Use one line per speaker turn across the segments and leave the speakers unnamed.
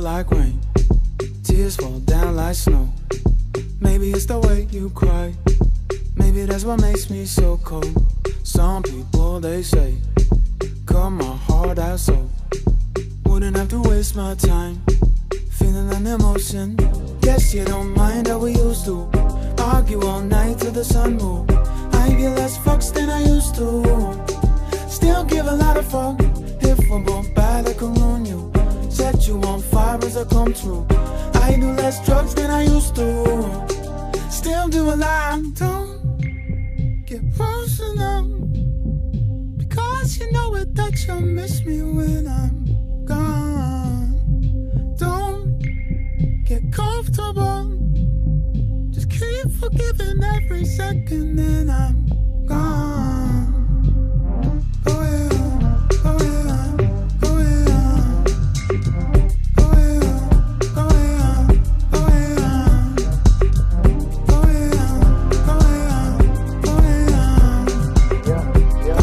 like rain. Tears fall down like snow. Maybe it's the way you cry. Maybe that's what makes me so cold. Some people they say, Cut my heart out so. Wouldn't have to waste my time feeling an emotion. Guess you don't mind how we used to argue all night till the sun moved. I get less fucks than I used to. Still give a lot of fuck if we're both bad, I can ruin you. Set you on fire as I come through. I do less drugs than I used to. Still do a lot. Don't get personal because you know it that you'll miss me when I'm gone. Don't get comfortable. Just keep forgiving every second, and I'm gone. Oh yeah, oh yeah, oh yeah. Oh yeah, oh yeah, oh yeah. Oh yeah, oh yeah, oh yeah. Oh yeah,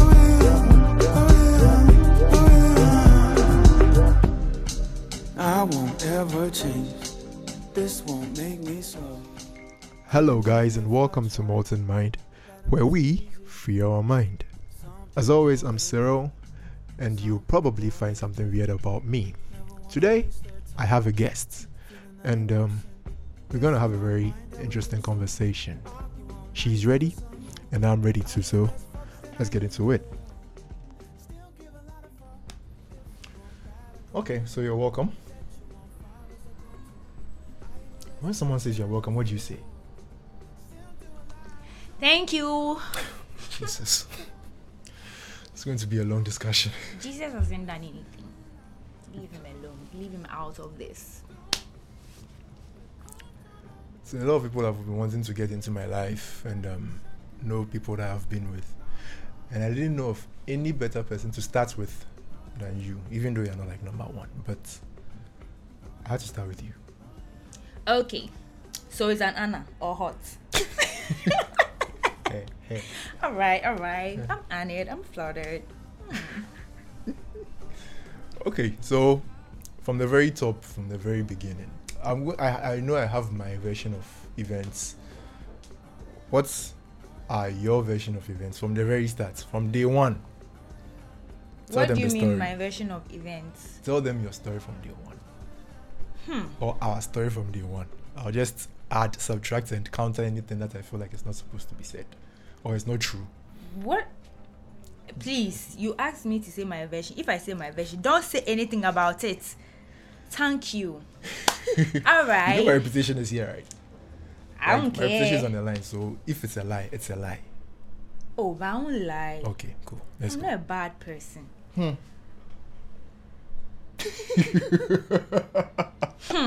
oh yeah, oh yeah. I won't ever change. This won't make me slow.
Hello, guys, and welcome to Molten Mind, where we free our mind. As always, I'm Cyril, and you'll probably find something weird about me. Today, I have a guest, and um, we're gonna have a very interesting conversation. She's ready, and I'm ready too, so let's get into it. Okay, so you're welcome. When someone says you're welcome, what do you say?
Thank you.
Jesus. It's going to be a long discussion.
Jesus hasn't done anything. Leave him alone. Leave him out of this.
So a lot of people have been wanting to get into my life and um, know people that I've been with. And I didn't know of any better person to start with than you, even though you're not like number one. But I had to start with you.
Okay. So it's an Anna or hot.
Hey, hey.
All right, all right. I'm honored. I'm flattered.
Okay, so from the very top, from the very beginning, I'm, go- I, I know I have my version of events. What are your version of events from the very start, from day one? Tell
what
them
do you
the
mean
story.
my version of events?
Tell them your story from day one.
Hmm.
Or our story from day one. I'll just add, subtract, and counter anything that I feel like is not supposed to be said or it's not true.
What? Please, you asked me to say my version. If I say my version, don't say anything about it. Thank you. All
You
right.
know my reputation is here, right?
I
Like,
don't
My reputation is
care.
on the line, so if it's a lie, it's a lie.
oh, but I won't lie.
Okay, cool. Let's
I'm
go.
not a bad person.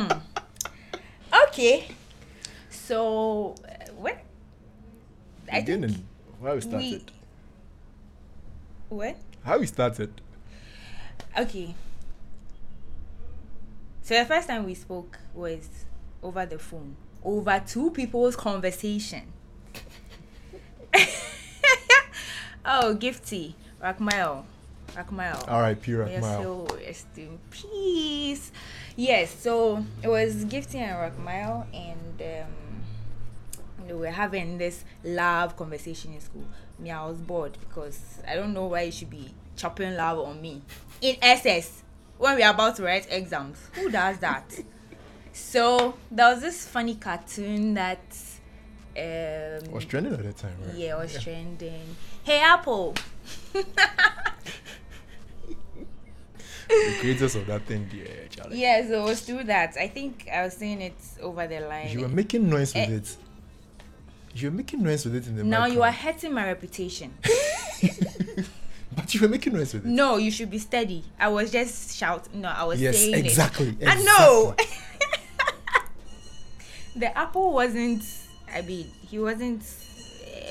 Hmm. Okay. So, uh, what? I think
Beginning, How we
we.
started.
What?
How we started.
Okay. So the first time we spoke was over the phone, over two people's conversation. oh, Gifty, Rakmael, Rakmael.
All right, pure
Yes,
Akmal.
so rest in peace. Yes, so it was Gifty and Rockmile, and um, we were having this love conversation in school. Me, I was bored because I don't know why you should be chopping love on me in SS when we're about to write exams. Who does that? so there was this funny cartoon that. Um,
Was trending at that time, right?
yeah, it was trending. Hey, Apple.
The creators of that thing, yeah, Charlie.
Yes, it was through that. I think I was saying it over the line.
You were making noise with
Eh.
it. You were making noise with it in the
now you are
background.
hurting my reputation.
But you were making noise with it.
no, you should be steady. I was just shouting. No, I was
yes,
saying
exactly.
it. I know. the apple wasn't. I mean, he wasn't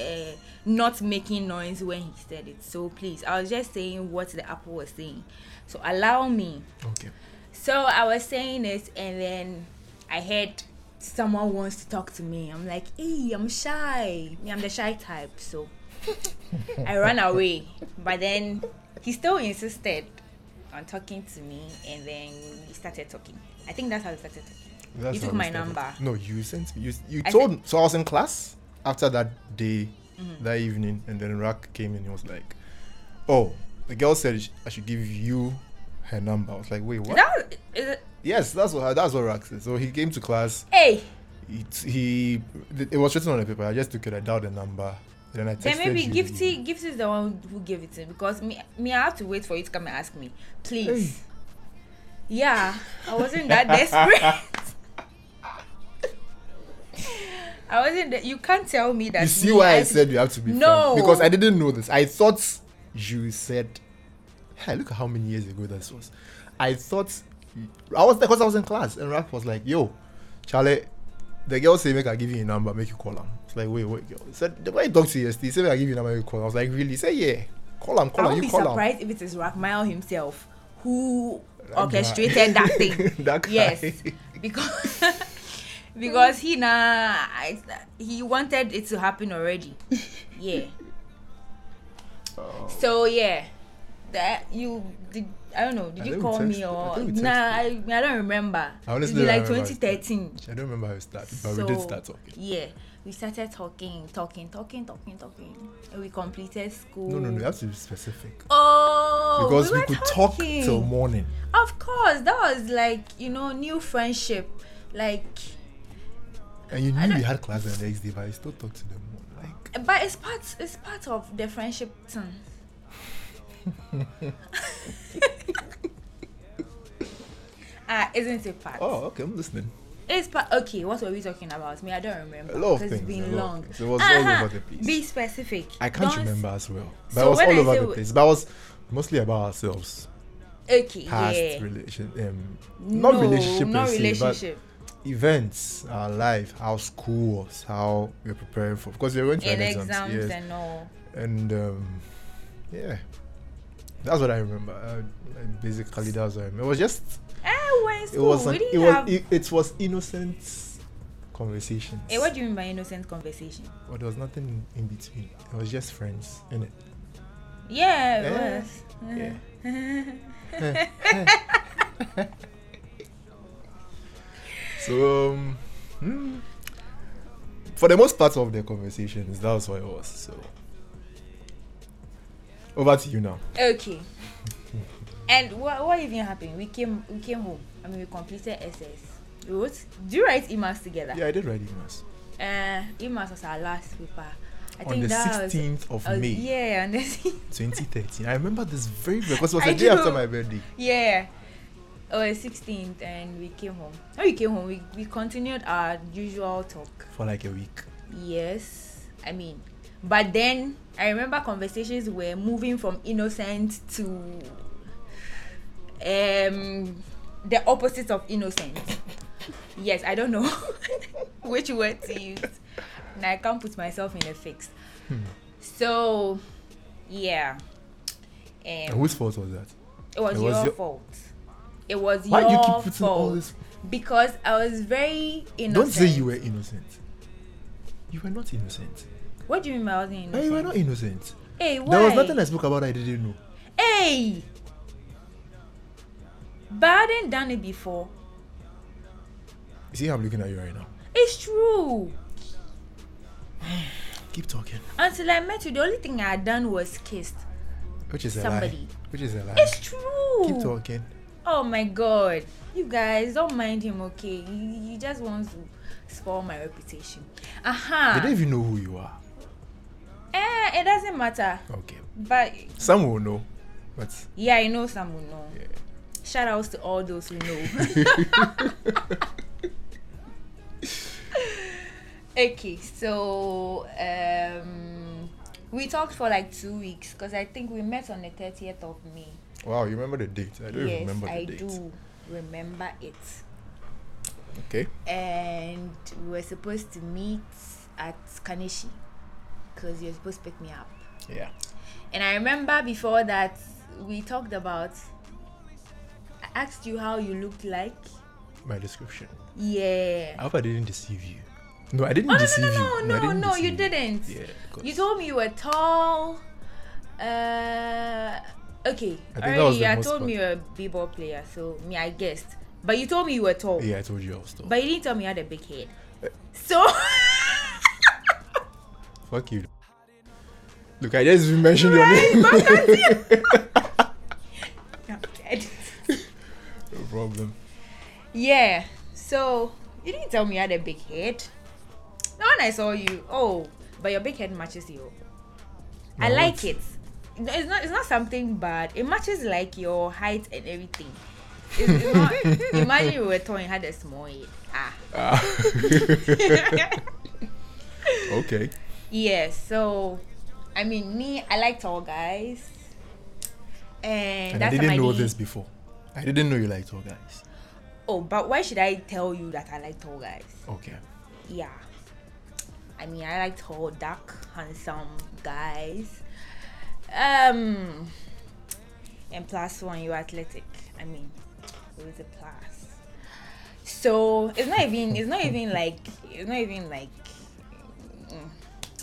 uh, not making noise when he said it. So please, I was just saying what the apple was saying. So allow me.
Okay.
So I was saying this, and then I heard someone wants to talk to me. I'm like, hey, I'm shy. Me, I'm the shy type. So I ran away. But then he still insisted. on talking to me, and then we started talking. I think that's how we started talking.
That's
you took
how we
my
started.
number.
No, you sent me. You, you
I
told. so I was in class after that day,
Mm-hmm.
that evening, and then Rak came and he was like, "Oh, the girl said sh- I should give you her number." I was like, "Wait, what?"
That was, is it-
Yes, that's what that's what Rak said. So he came to class.
hey,
He, t- he th- it was written on the paper. I just took it. I dialed the number. Then I texted
then maybe
you.
Gifty, Gifty is the one who gave it to me because me, me, I have to wait for you to come and ask me, please. Yeah, I wasn't that desperate. I wasn't. That, you can't tell me that.
You see
me,
why I said you have to be
No.
friends? because I didn't know this. I thought you said, "Hey, look at how many years ago this was." I thought I was because I was in class and Ralph was like, "Yo, Charlie, the girl say make I give you a number, make you call him." It's like, wait, wait, girl. He said the way he talked to you yesterday, he said make I give you a number, make you call him. I was like, really? He said yeah, call him,
I
call
would
him,
be
you call him.
surprised if it is Rakhmael himself who
guy.
orchestrated that thing.
That guy.
Yes, because because he nah I, he wanted it to happen already. Yeah.
Oh.
So yeah, that you did. I don't know.
I
Did you
think we
call me
texted- I
or
think we
nah? I,
texted.
I don't remember.
I honestly
It'd be
don't
like
remember.
2013.
I don't remember how it started, but we did
So,
start talking.
Yeah, we started talking, talking, talking, talking, talking. And we completed school.
No, no, no. You have to be specific
Oh,
because we
were
could
talking.
talk till morning.
Of course, that was like you know new friendship, like.
And you knew you had class the next day, but I still talked to them. Like,
But it's part it's part of the friendship thing. Ah, isn't it part?
oh, okay, I'm listening.
It's part. Okay, what were we talking about? Me, I don't remember.
A lot of
'cause
things.
It's been
a lot of
long.
things. It was all
Uh-huh,
over the place.
Be specific.
I can't
Don't-
remember as well. But
So
it was
when
all
I
over
say
the
we-
place. But it was mostly about ourselves.
Okay.
Past
yeah.
relation um not
No,
relationship
Not
per se,
relationship.
but events, our life, how school was, how we are preparing for because we are going to
In
an
exams,
exams, yes.
and all.
And um yeah. That's what I remember. I, I basically that's what I remember. It was just
Ah, we're in
it
school.
was
we
an,
didn't
it was
have.
it, it was innocent conversations.
Eh, what do you mean by innocent conversation?
Well, there was nothing in between. It was just friends, innit?
Yeah, it
Eh,
was.
Yeah. so, um, hmm, for the most part of the conversations, that was what it was. So, over to you now.
Okay. And what, what even happened? We came we came home. I mean, we completed SS. We wrote. Do you write emails together?
Yeah, I did write emails
Uh, emails was our last paper. I
on the
that was-
16th of
uh,
May,
Yeah, on the
2013. I remember this very well because it was
I
the day after
do.
my birthday.
yeah. Oh, 16th, and we came home. When we came home, we, we continued our usual talk.
For like a week.
Yes, I mean, but then I remember conversations were moving from innocent to um the opposite of innocent. yes, I don't know which word to use, and I can't put myself in a fix.
Hmm.
So, yeah,
And
um,
whose fault was that?
it was,
it was
your,
your-
fault. It was
Why
your
do you keep putting
fault
all this?
because I was very innocent.
Don't say you were innocent. You were not innocent.
What do you mean by I wasn't
No,
innocent?
you were not innocent.
Hey, why?
There was nothing I spoke about I didn't know.
Hey! But I hadn't done it before.
You see how I'm looking at you right now?
It's true.
Keep talking.
Until I met you, the only thing I had done was kissed.
Which is a lie.
Somebody.
Which is a lie.
It's true.
Keep talking.
Oh my god. You guys, don't mind him, okay? He, he just wants to spoil my reputation.
They don't
Uh-huh.
even know who you are.
Eh, it doesn't matter.
Okay.
But
Some will know. But
yeah, I know some will know.
yeah.
Shout outs to all those who know. okay, so um, we talked for like two weeks because I think we met on the 30th of May.
Wow, you remember the date. I don't
yes,
remember the
I
date.
do remember it.
Okay.
And we were supposed to meet at Kaneshi because you're supposed to pick me up.
Yeah.
And I remember before that we talked about. I asked you how you looked like.
My description.
Yeah.
I hope I didn't deceive you. No, I didn't
Oh, no,
deceive
no,
you.
no,
I
no,
didn't
no, you
deceive
didn't.
Yeah. of course.
You told me you were tall. Uh, Okay.
I think that was
Already,
the
I
most
told me
part.
you're a b-ball player, so me, I guessed. But you told me you were tall.
Yeah, Uh, I told you I was tall.
But you didn't tell me you had a big head. So
Fuck you. Look, I just mentioned your
Right,
name.
back at you. I'm dead.
no problem.
Yeah. So you didn't tell me you had a big head. Now when I saw you, oh, but your big head matches you. I
No,
like
it's-
it. No, It's not. It's not something bad. It matches like your height and everything. It's, it's not, imagine you were tall and had a small head. Ah.
Ah. okay.
Yeah, so I mean me, I like tall guys. And,
And I
that's
didn't know
somebody-
this before. I didn't know you liked tall guys.
Oh, but why should I tell you that I like tall guys?
Okay.
Yeah. I mean I like tall, dark, handsome guys. Um and plus one you're athletic. I mean it was a plus. So it's not even it's not even like it's not even like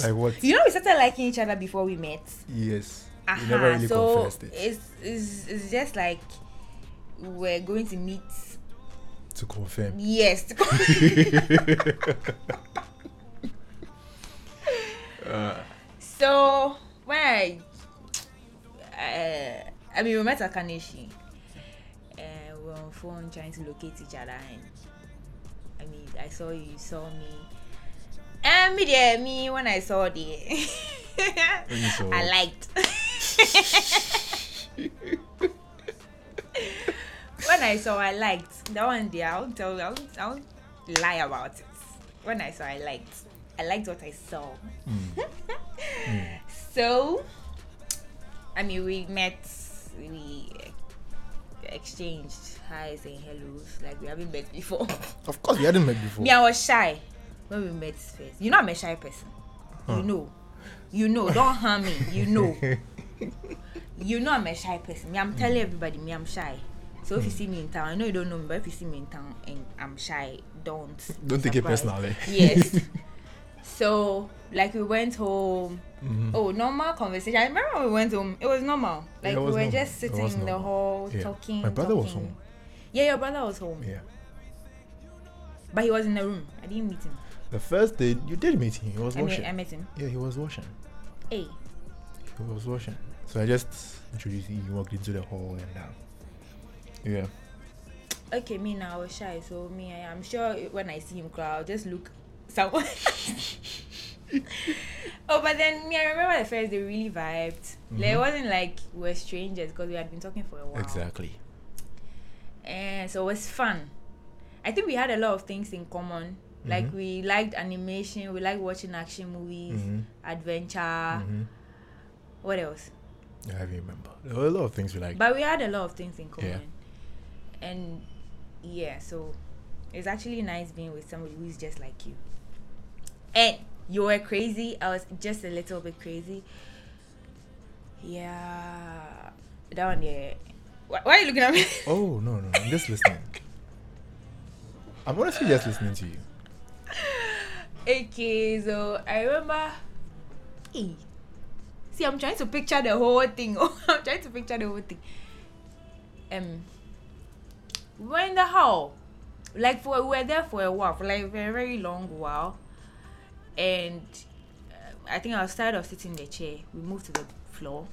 Like what?
you know we started liking each other before we met.
Yes.
Aha,
You never really
so
confessed it.
It's, it's it's just like we're going to meet.
To confirm.
Yes. to co-
Uh,
so when I, uh, I mean, we met at Kaneshi. Uh, we were on phone trying to locate each other, and I mean, I saw you, you saw me. Eh, And me there, me when I saw the,
you saw
I
what?
liked. when I saw, I liked that one day. I won't tell. I won't, I won't lie about it. When I saw, I liked. I liked what I saw.
Hmm.
So, I mean, we met. We exchanged highs and hellos like we haven't met before.
of course, we hadn't met before.
Me, I was shy when we met first. You know, I'm a shy person. You know. You know. Don't harm me. You know. you know, I'm a shy person. Me, I'm telling
Hmm.
everybody, me, I'm shy. So if you see me in town, I know you don't know me, but if you see me in town and I'm shy, don't.
Don't take it
surprise.
personally.
Yes. so, like, we went home.
Mm-hmm.
Oh, normal conversation. I remember when we went home, it was
Mm.
normal.
Yeah,
Like,
it
we
was
were
normal.
just
It
sitting
was
in the
normal.
hall
Yeah.
talking.
My brother was
talking.
home.
Yeah, your brother was home.
Yeah.
But he was in the room. I didn't meet him.
The first day you did meet him, he was
I
washing.
met, I met him.
yeah, he was washing.
Hey.
He was washing. So I just introduced you. You walked into the hall and uh, yeah.
Okay, me now I was shy, so me I, I'm sure when I see him cry, I'll just look somewhere. oh, but then me I remember the first day we really vibed. Like it wasn't like we were strangers because we had been talking for a while.
Mm-hmm. Exactly.
And Eh, so it was fun. I think we had a lot of things in common. Like we liked animation, we liked watching action movies,
Mhm.
adventure.
Mhm.
What else?
I remember. There were a lot of things we liked.
But we had a lot of things in
Yeah.
common. And yeah, so it's actually nice being with somebody who's just like you. And you were crazy. I was just a little bit crazy. Yeah. Down there. Why, why are you looking at me?
Oh no no! I'm just listening. I'm honestly just listening to you.
okay, so I remember. Hey. See, I'm trying to picture the whole thing. Oh, I'm trying to picture the whole thing. Um, we were in the hall, like for we were there for a while, for like a very, very long while, and uh, I think I was tired of sitting in the chair. We moved to the floor.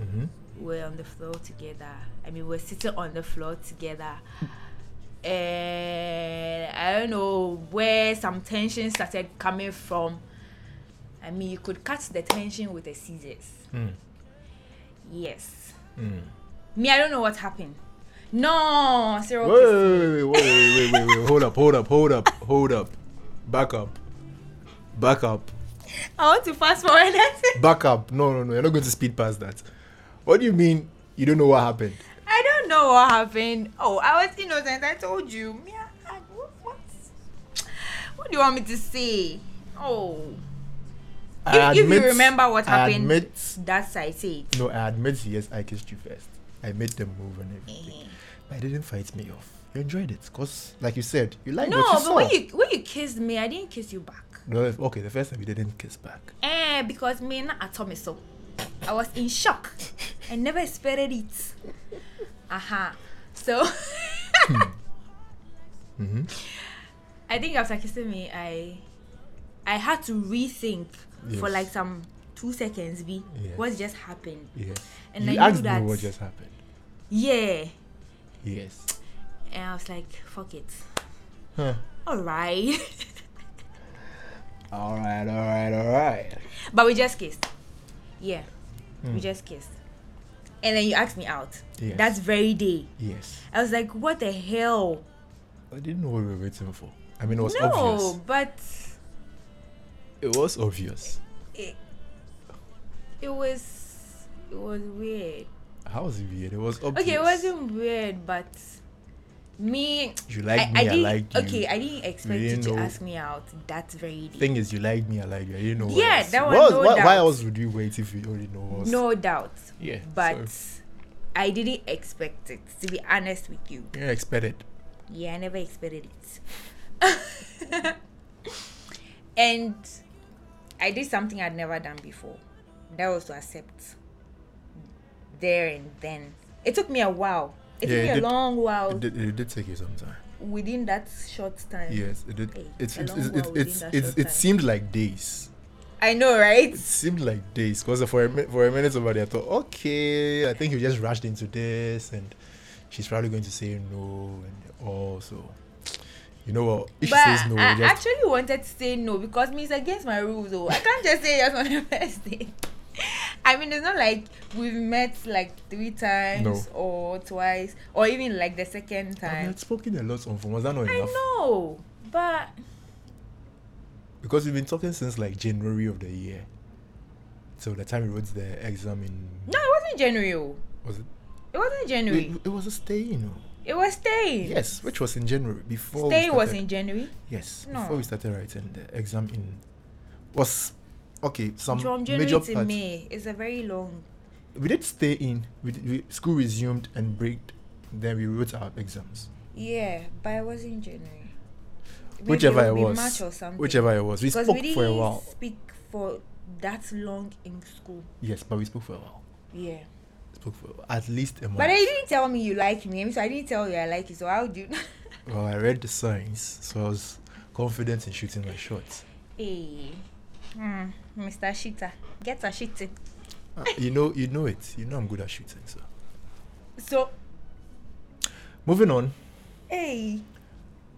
Mhm.
We were on the floor together. I mean, we were sitting on the floor together. And I don't know where some tension started coming from. I mean, you could cut the tension with the scissors.
Mm.
Yes.
Mm.
Me, I don't know what happened. No, Cyril.
Wait, wait, wait, wait, wait, wait, wait, wait. Hold up, hold up, hold up, hold up. Back up. Back up.
I want to fast forward.
Back up. No, no, no. You're not going to speed past that. What do you mean you don't know what happened?
I don't know what happened. Oh, I was innocent. I told you. Me, I, I, what, what? What do you want me to say? Oh,
I
if, if
admit-
you remember what
I
happened,
admit-
that's I said.
No, I admit, yes, I kissed you first. I made the move and
Eh.
everything. But it didn't fight me off. You enjoyed it. Because, like you said, you liked
No,
what you
but
saw.
when you when you kissed me, I didn't kiss you back.
No, if- okay, the first time you didn't kiss back.
Eh, because me not at all me so. I was in shock. I never expected it. Aha. So
hmm
I think after kissing me, I I had to rethink for
Yes.
like some two seconds. B
Yes.
what just happened?
Yeah.
And
you
I knew
asked
that.
me what just happened.
Yeah.
Yes.
And I was like, fuck it.
Huh.
All right.
All right, all right, all right.
but we just kissed. Yeah. We
Mm.
just kissed. And then you asked me out.
Yes.
That's very day.
Yes.
I was like, what the hell?
I didn't know what we were waiting for. I mean, it was
no,
obvious.
but
It was obvious.
it, it was it was weird.
How was it weird? It was obvious.
Okay, it wasn't weird, but me
You liked
I,
me, I,
didn't,
liked you.
Okay, I didn't expect
didn't
you to
know-
ask me out that very day.
Thing is, you liked me, I liked you. I didn't know what
Yeah,
else.
that
What
one,
else-
no
why, why
doubt.
else would you wait if you already know what was-
no doubt.
Yeah.
But
so,
I didn't expect it, to be honest with you.
you expect it.
Yeah, I never expected it. and I did something I'd never done before. That was to accept there and then. It took me a while. It
Yeah,
took
it
me a
did-
long while
It did, it did take you some time.
within that short time.
Yes, it did.
Hey,
It's,
a
it's,
long
it's,
while
it's, it's,
within that
it's,
short
it
time.
seemed like days.
I know, right?
It seemed like days because for a, mi- for a minute somebody I thought, okay, I think you just rushed into this and she's probably going to say no and all. So, you know what? If
but
she says no,
I
we just,
actually wanted to say no because me it's against my rules. Oh, I can't just say yes on the first day. I mean, it's not like we've met like three times
No. Uh-huh.
or twice or even like the second
I mean,
time.
I'd spoken a lot on phone. Was that not
I
enough?
know, but
Because we've been talking since like January of the year. So the time we wrote the exam in
no, it wasn't January. oh.
was it?
It wasn't
It,
January.
it was a stay, you know.
It was stay.
Yes, which was in January before. we
stay was
started-
in January.
Yes,
No.
before we started writing the exam in was okay. Some
From
major
January to
part-
May, it's a very long.
We did stay in. We, did- we school resumed and break. Then we wrote our exams,
Yeah, but it was in January. Maybe
whichever it
it'll be
was,
March or something.
whichever it was. We
Because
spoke
we didn't
for a while.
speak for that long in school.
Yes, but we spoke for a while.
Yeah.
Spoke for at least a month.
But then you didn't tell me you like me, so I didn't tell you I like you. So how do you?
Well, I read the signs, so I was confident in shooting my shots.
hey, Hmm, Mr. Shita, get a shitting.
Uh, you know, you know it. You know I'm good at shooting. So
So
moving on,
hey,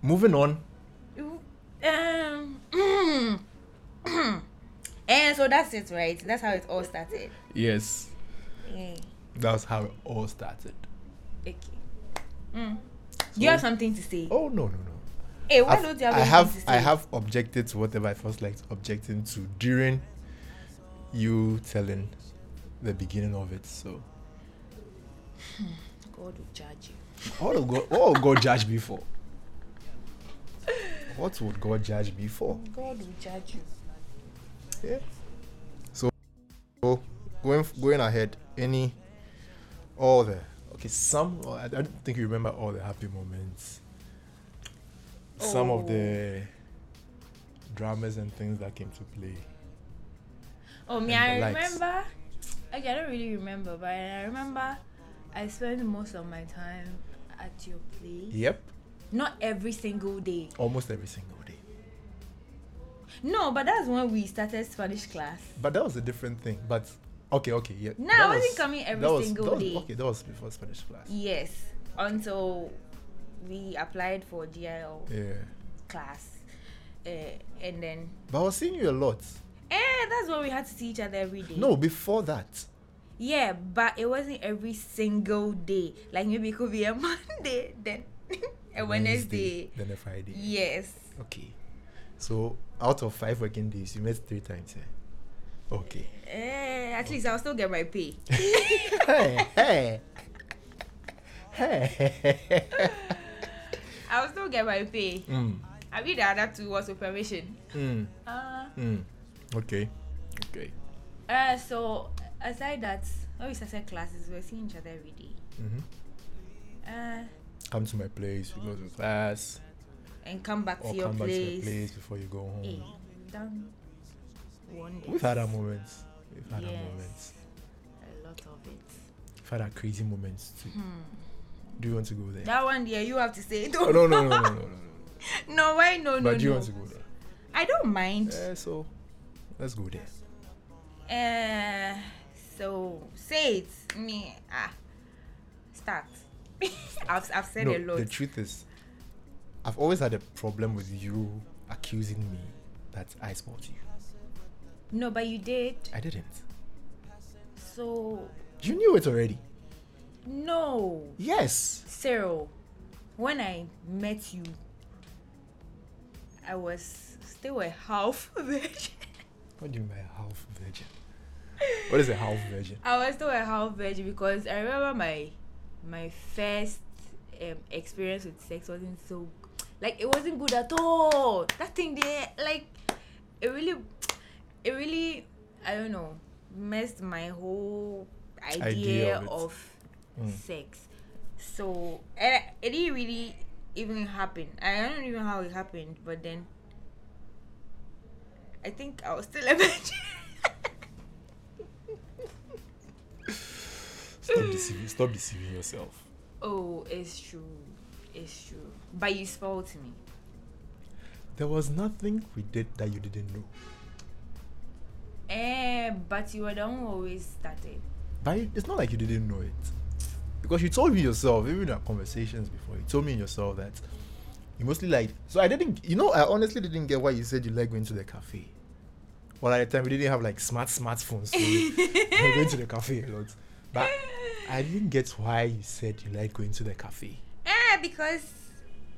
moving on.
you- um, and so that's it, right? That's how it all started.
Yes,
Hey,
that's how it all started.
okay. Mm. do you have something to say?
Oh no no no.
hey, why
I've-
don't you have
I
anything
have
to say?
I have objected to whatever I first liked objecting to during you telling the beginning of it. So
God will judge you.
what would God, what would God judge before? What would God judge before?
God will judge you.
Yeah. So, so going going ahead, any all the okay some or I, I don't think you remember all the happy moments. Some of
Oh.
the dramas and things that came to play.
Oh me, I
and the likes.
remember. Okay, I don't really remember, but I remember I spent most of my time at your place.
Yep,
Not every single day.
almost every single day.
No, but that's when we started Spanish class.
But that was a different thing. But okay, okay, yeah.
No,
that
I wasn't coming every
that was-
single
that was-
day.
Okay, that was before Spanish class.
Yes, until we applied for GIL
Yeah,
class, uh, and then
but I was seeing you a lot.
eh, that's when we had to see each other every day.
No, before that.
Yeah, but it wasn't every single day. Like maybe it could be a Monday, then a Wednesday.
then a Friday.
Yes.
Okay. So out of five working days, you met three times. Eh? Okay.
Eh, at least I'll still get my pay.
hey, hey. Hey.
I'll still get my pay.
mm,
I mean, the other two was with permission.
mm,
Uh,
mm. Okay. Okay.
uh, so, aside that, when we started classes, we were seeing each other every day.
Mm-hmm.
Uh,
Come to my place. We go to class.
and come back,
Or
to, your
come back to
place.
my place before you go home.
Eh, done. One day.
We've had our moments. We've had our
Yes.
moments.
A lot of it.
had our crazy moments too. Do you want to go there?
Hmm. That one, yeah, you have to say it.
Oh, no, no, no, no, no, no, no.
no, why
But
no, no,
do you
no.
want to go there?
I don't mind.
Eh, so let's go there. Eh.
Uh, so say it. Me ah, start. I've I've said a
No,
lot.
the truth is, I've always had a problem with you accusing me that I spot you.
no, but you did.
I didn't.
So
You knew it already.
no,
Yes.
Cyril. When I met you, I was still a half virgin.
What do you mean by half virgin? What is a half virgin?
I was still a half virgin because I remember my my first um, experience with sex wasn't so like it wasn't good at all. That thing there, like it really, it really, I don't know, messed my whole idea,
Idea of it.
of,
Mm.
sex. So and I- it didn't really even happen. I don't even know how it happened, but then I think I was still a virgin.
Stop deceiving. Stop deceiving yourself.
Oh, it's true. It's true. But you spoiled me.
There was nothing we did that you didn't know.
Eh, but you were the one who always started.
But it- it's not like you didn't know it. Because you told me yourself, even in our conversations before, you told me yourself that you mostly like. So I didn't, you know, I honestly didn't get why you said you like going to the cafe. Well, at the time, we didn't have like smart smartphones, so we were going to the cafe a lot. But I didn't get why you said you like going to the cafe.
Ah, because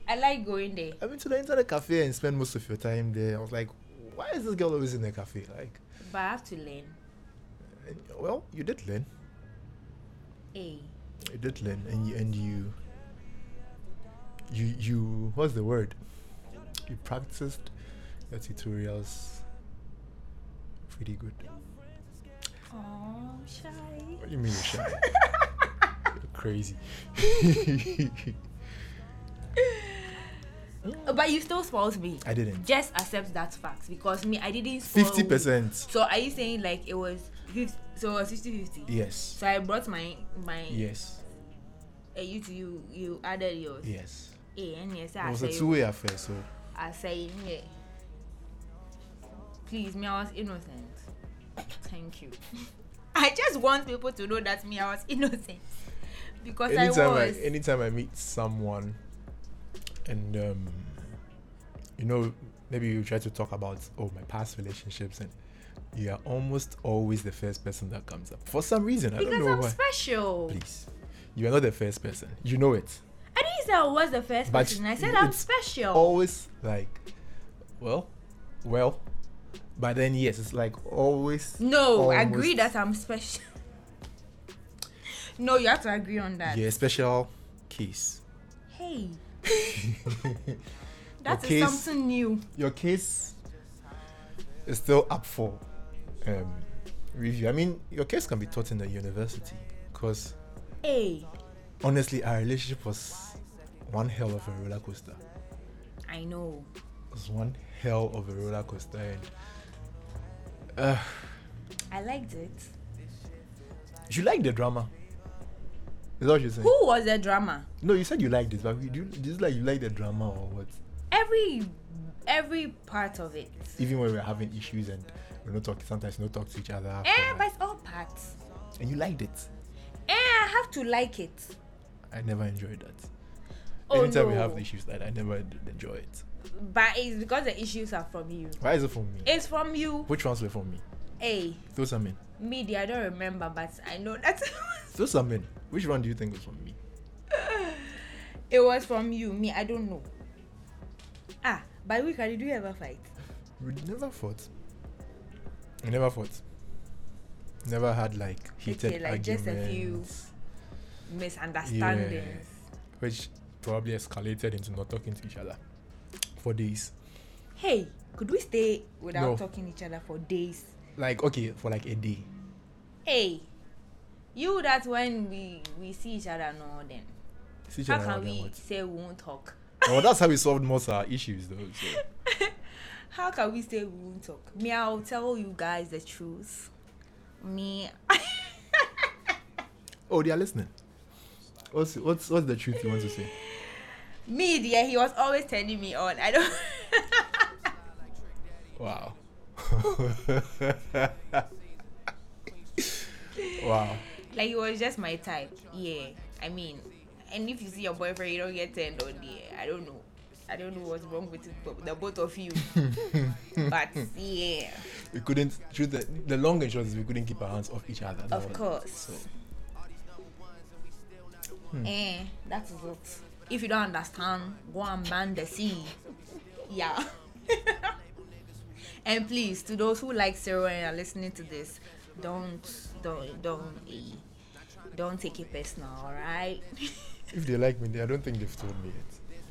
I like going there.
I went to the internet cafe and spent most of your time there. I was like, why is this girl always in the cafe? Like,
But I have to learn.
and, well, you did learn.
Hey.
You did learn, and you and you, you you what's the word? You practiced your tutorials pretty good.
Oh, shy.
What do you mean you're shy? you're crazy.
Oh, But you still spoiled me.
I didn't.
Just accept that fact because me, I didn't spoil.
Fifty percent.
So are you saying like it was 50, so it was 50 50?
Yes.
So I brought my my
Yes.
eh, you to you you added yours.
Yes.
Eh, and yes,
It
I
was a
say-
two-way affair, so
are saying yeah. Please, me, I was innocent. Thank you. I just want people to know that me, I was innocent. Because I
anytime I,
was.
anytime I meet someone and um you know maybe you try to talk about oh my past relationships and you are almost always the first person that comes up for some reason I
because
don't know
I'm
why
special.
please you are not the first person you know it
I didn't say I was the first
But
person. I said I'm
it's
special.
always like well well but then yes it's like always
no,
almost-
agree that I'm special. no, you have to agree on that.
yeah special case
Hey. that is
Okay, s-
something new.
your case is still up for um, review. I mean, your case can be taught in the university because
Hey.
honestly, our relationship was one hell of a roller coaster.
I know.
It was one hell of a roller coaster, and uh,
I liked it.
you like the drama. Is that what you're saying?
Who was the drama?
No, you said you like this, but do you, do you like you like the drama or what?
every every part of it.
Even when we're having issues and we're not talking, sometimes we don't talk to each other. after,
Eh, but it's all parts.
and you liked it.
Eh, I have to like it.
I never enjoyed that.
Oh
Anytime we
no.
have issues like that, I never d- enjoy it.
But it's because the issues are from you.
Why is it from me?
It's from you.
Which ones were from me?
Hey,
Those are men.
media. I don't remember, but I know that it was-
Those are men. Which one do you think was from me?
it was from you. Me, I don't know. Ah, by week, did you ever fight?
We never fought. We never fought. Never had like heated
Okay, like just a few
arguments,
Misunderstandings.
which probably escalated into not talking to each other for days.
Hey, could we stay without
No.
talking each other for days?
Like okay, for like a day.
Hey, you that when we we see each other now then.
See each
How
other
can
then
we
what?
say we won't talk?
Well, that's how we solved most of our issues though. So.
How can we say we won't talk? Me, I'll tell you guys the truth. Me,
Oh, they are listening. What's what's what's the truth you want to say?
Me, dear, he was always turning me on. I don't.
Wow. wow.
like he was just my type. Yeah, I mean, and if you see your boyfriend, you don't get turned on. Yeah, I don't know. I don't know what's wrong with it, but the both of you. but yeah,
We couldn't. Truth, the, the long and short is we couldn't keep our hands off each other. That
of
was-
course.
So,
Eh, that is it. If you don't understand, go and ban the sea. Yeah. and please, to those who like Cyril and are listening to this, don't, don't, don't, eh, don't take it personal, alright?
if they like me, they, I don't think they've told me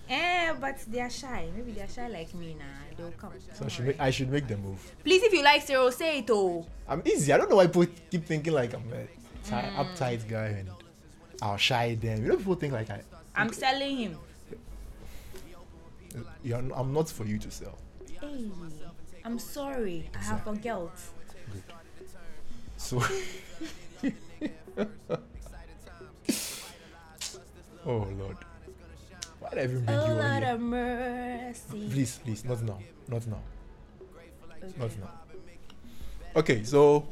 yet.
eh, but they are shy. Maybe they are shy like me now. They'll come.
So I should make I should make the move.
Please, if you like Cyril, say it. Oh,
I'm easy. I don't know why people keep thinking like I'm a ti-
Mm.
uptight guy and I'll shy them. You know, people think like I,
I'm selling him.
you're, n- I'm not for you to sell.
Hey, I'm sorry. I have a guilt.
So. oh Lord, why did I even
A
bring you on
lot
here?
of mercy.
Please, please, not now, not now, not now. Okay, so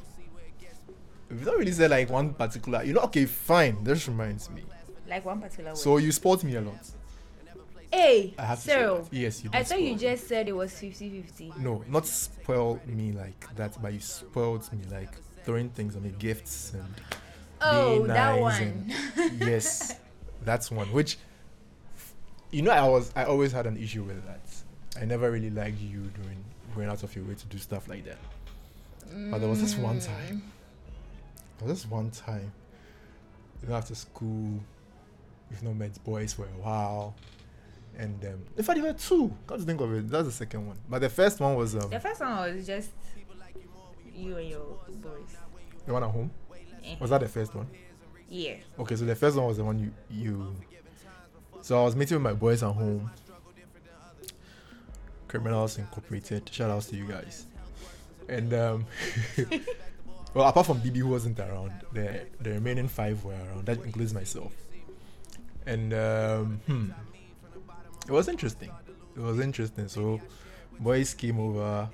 we don't really say like one particular. You know, okay, fine. This reminds me.
Like one particular way.
So you support me a lot.
Hey,
I have to say
Cyril.
that. Yes, you.
I
did
thought you
spoil me.
just said it was 50 50.
No, not spoil me like that, but you spoiled me like throwing things on me, gifts and
Oh,
being nice
that one.
and- yes, that's one. Which you know, I was I always had an issue with that. I never really liked you doing going out of your way to do stuff like that. But there was this one
Mm.
time. There was this one time. You know, after school, we've not met boys for a while. And um, in fact, there were two. Come to think of it, that's the second one. But the first one was um,
The first one was just you and your boys.
the one at home.
Eh,
Was that the first one?
Yeah.
Okay, so the first one was the one you you. So I was meeting with my boys at home. Criminals Incorporated. Shout outs to you guys. And um, well, apart from BB who wasn't around, the the remaining five were around. That includes myself. And um, hmm, it was interesting. It was interesting. So boys came over.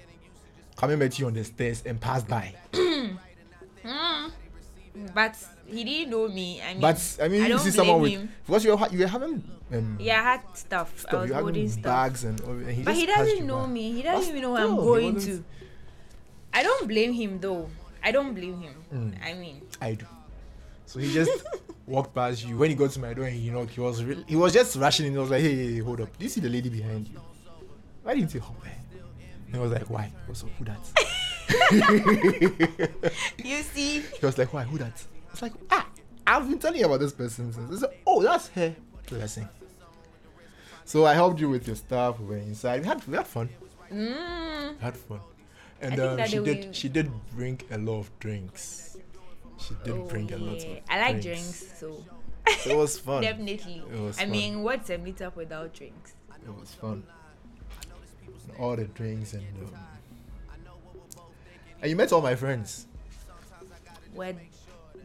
Coming met you on the stairs and passed by.
Mm. But he didn't know me. I mean,
But I mean,
I
you
don't
see someone with
blame him.
because you were ha- you were having um,
yeah, I had stuff. I
stuff.
was
You
holding
had
stuff.
bags and, all- and he
but
just
he
passed you
doesn't know
by.
me. He doesn't
But
even know where I'm
still, he
going to.
wasn't-
I don't blame him though. I don't blame him.
Mm.
I mean,
I do. So he just walked past you. When he got to my door and he knocked, he was re- he was just rushing. And he was like, hey, hey, hey, hold up. Do you see the lady behind you? Why didn't you hop there? And I was like, why? He was like, who that?
you see,
he was like, why? Who that? I was like, ah, I've been telling you about this person since. He said, oh, that's her. Blessing. So I helped you with your stuff. We were inside. We had we had fun.
mm,
had fun.
I
And
think
um,
that
she
they
did
will-
she did bring a lot of drinks. She did
oh,
bring a lot
yeah.
of
I like drinks, so
It was fun. it
definitely.
was
I
fun.
mean, what's a meetup without drinks?
was fun. And all the drinks and um, and you met all my friends.
Were,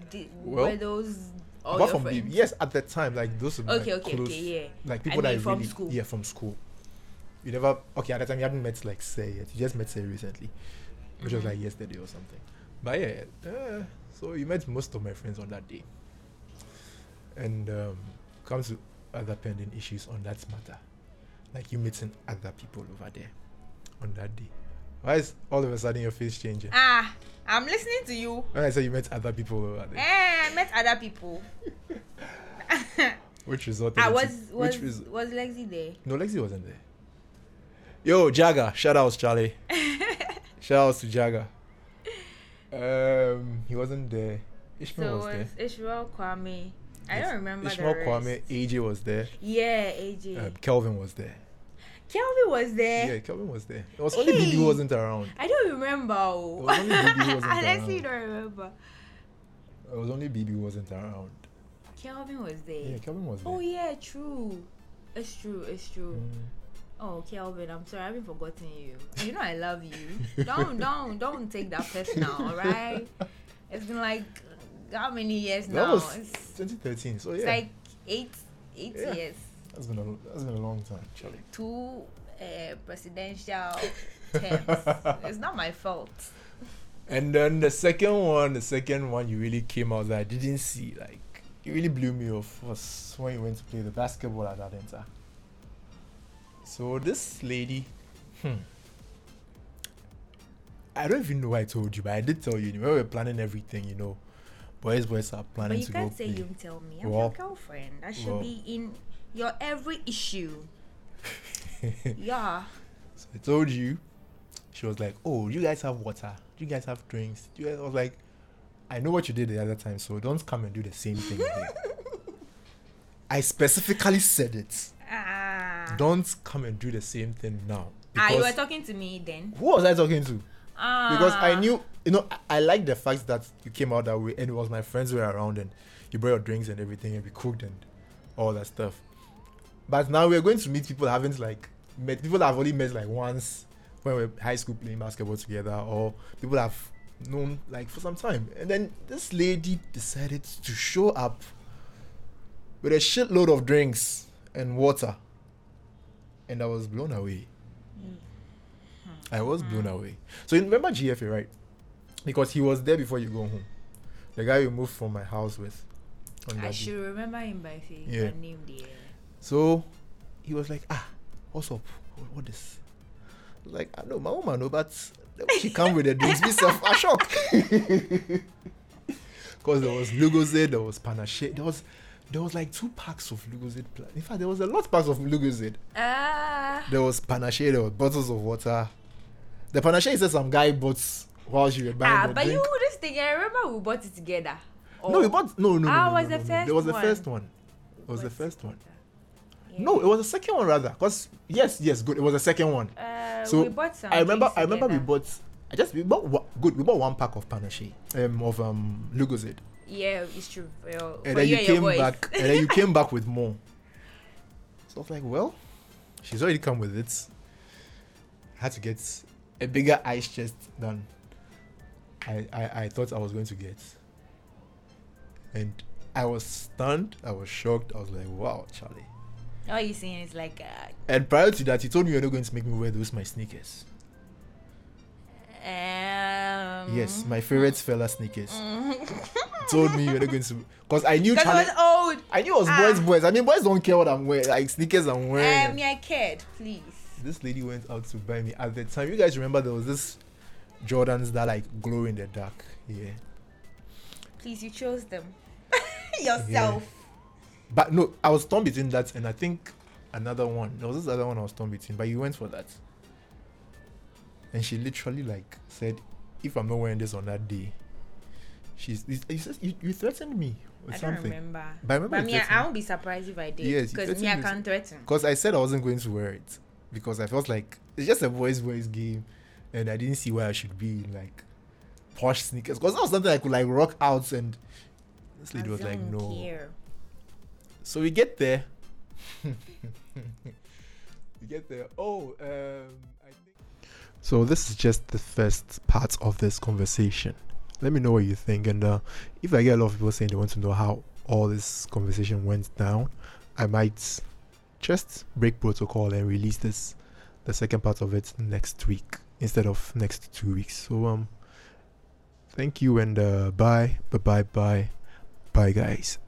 di-
Well,
were those all
Apart
your
from
friends?
BB. Yes, at the time, like those were my
Okay, okay,
close,
okay, yeah.
Like people
mean
that
from
really
school.
Yeah, from school. You never okay, at the time you hadn't met like say yet. You just met say recently. Which
Mm-hmm.
was like yesterday or something. But yeah, uh, so you met most of my friends on that day. And um comes to other pending issues on that matter. Like you meeting other people over there on that day. Why is all of a sudden your face changing?
Ah, I'm listening to you.
When I say you met other people over there,
Eh, I met other people.
which resulted
I
into-
Ah, was was
which res-
was Lexi there.
No, Lexi wasn't there. Yo, Jagger. Shout outs, Charlie. Shout outs to Jagger. Um, he wasn't there. Ishmael
So
was
was
there.
Israel Kwame. I
Yes.
don't remember
Ishmael
the rest.
Kwame, AJ was there.
Yeah, AJ.
Um, Kelvin was there.
Kelvin was there.
Yeah, Kelvin was there. It was only BB
Hey.
who wasn't around.
I don't remember. oh.
It was only Bibi who wasn't
I honestly
around.
don't remember.
It was only BB who wasn't around.
Kelvin was there.
Yeah, Mm. Kelvin was there.
oh yeah, true. It's true. It's true. Oh Kelvin, I'm sorry, I haven't forgotten you. You know I love you. don't don't don't take that personal, all right? It's been like how many years
That
now?
was
it's
2013. So
it's
yeah,
like eight, eight
Yeah.
years.
that's been a that's been a long time, Charlie.
Two uh, presidential terms. it's not my fault.
And then the second one, the second one you really came out that I didn't see, like it really blew me off was when you went to play the basketball at Adenta. So this lady, hmm. I don't even know why I told you, but I did tell you when we were planning everything, you know. Boys, boys are planning
But you
to
can't
go
say
play.
you tell me. I'm
Well,
your girlfriend. I should
well.
be in your every issue. Yeah.
So I told you. She was like, "Oh, you guys have water. You guys have drinks. You guys." I was like, "I know what you did the other time, so don't come and do the same thing." again." I specifically said it.
Ah.
Don't come and do the same thing now.
Ah, you were
Because-
talking to me then.
who was I talking to?
Ah.
Because I knew, you know, I, I like the fact that you came out that way, and it was my friends who were around, and you brought your drinks and everything, and we cooked and all that stuff. But now we're going to meet people I haven't like met people I've only met like once when we we're high school playing basketball together, or people I've known like for some time. And then this lady decided to show up with a shitload of drinks and water, and I was blown away. I was blown away. So you remember GFA, right? Because he was there before you go home. The guy you moved from my house with. on
I
that day.
should remember him by face.
Yeah.
Yeah. name there.
So he was like, ah, what's up? What, what is? I was like, I know my woman, no, but the way she come with the drinks, me self a shock. Because there was Lugozid, there was Panache, there was there was like two packs of Lugozid. pla- In fact, there was a lot packs of Lugozid.
Ah.
There was Panache, there were bottles of water. The Panache said some guy bought while she were buying
Ah,
the
but
drink.
you wouldn't think. I remember we bought it together.
No,
Or-
we bought no, no, no.
Ah,
no,
was
no,
the
no, no. There was the
first
first one. It was the
What's
first one.
Yeah.
No, it was the second one rather. Cause yes, yes, good. It was the second one.
Uh,
So,
we bought some.
I remember.
drinks
I remember we
together.
bought. I just we bought wa- good. We bought one pack of panache um, of um Lugozid,
Yeah, it's true. Well,
and
for
then you
and your
came
boys.
back, and then you came back with more. So I was like, well, she's already come with it. I had to get a bigger ice chest than I I, I thought I was going to get, and I was stunned. I was shocked. I was like, wow, Charlie.
All you seeing is like, uh,
And prior to that, you told me you're not going to make me wear those my sneakers.
um.
Yes, my favorite fella sneakers. told me you're not going to, cause I knew.
Because I
Charlie,
Mm. was old.
I knew it was
Ah.
boys, boys. I mean, boys don't care what I'm wearing, like sneakers I'm wearing.
Um, yeah, kid, please.
This lady went out to buy me at the time. You guys remember there was this Jordans that like glow in the dark. Yeah,
Please, you chose them yourself.
but no, I was torn between that and I think another one. There was this other one I was torn between, but you went for that. And she literally like said, "If I'm not wearing this on that day, she's you, you, said- you, you threatened me with
I don't
something."
remember.
But I remember you
But me, I-
threatened
I
me.
won't be surprised if I did.
Yes, you
because
threatened
me, I
me.
can't threaten.
because I said I wasn't going to wear it because I felt like it's just a boys boys game, and I didn't see why I should be in like posh sneakers because that was something I could like rock out and this lady
I
was like
don't
no.
care.
So we get there. we get there. Oh, um, I think. So this is just the first part of this conversation. Let me know what you think, and uh, if I get a lot of people saying they want to know how all this conversation went down, I might just break protocol and release this, the second part of it next week instead of next two weeks. So um, thank you and uh, bye, bye, bye, bye, bye, guys.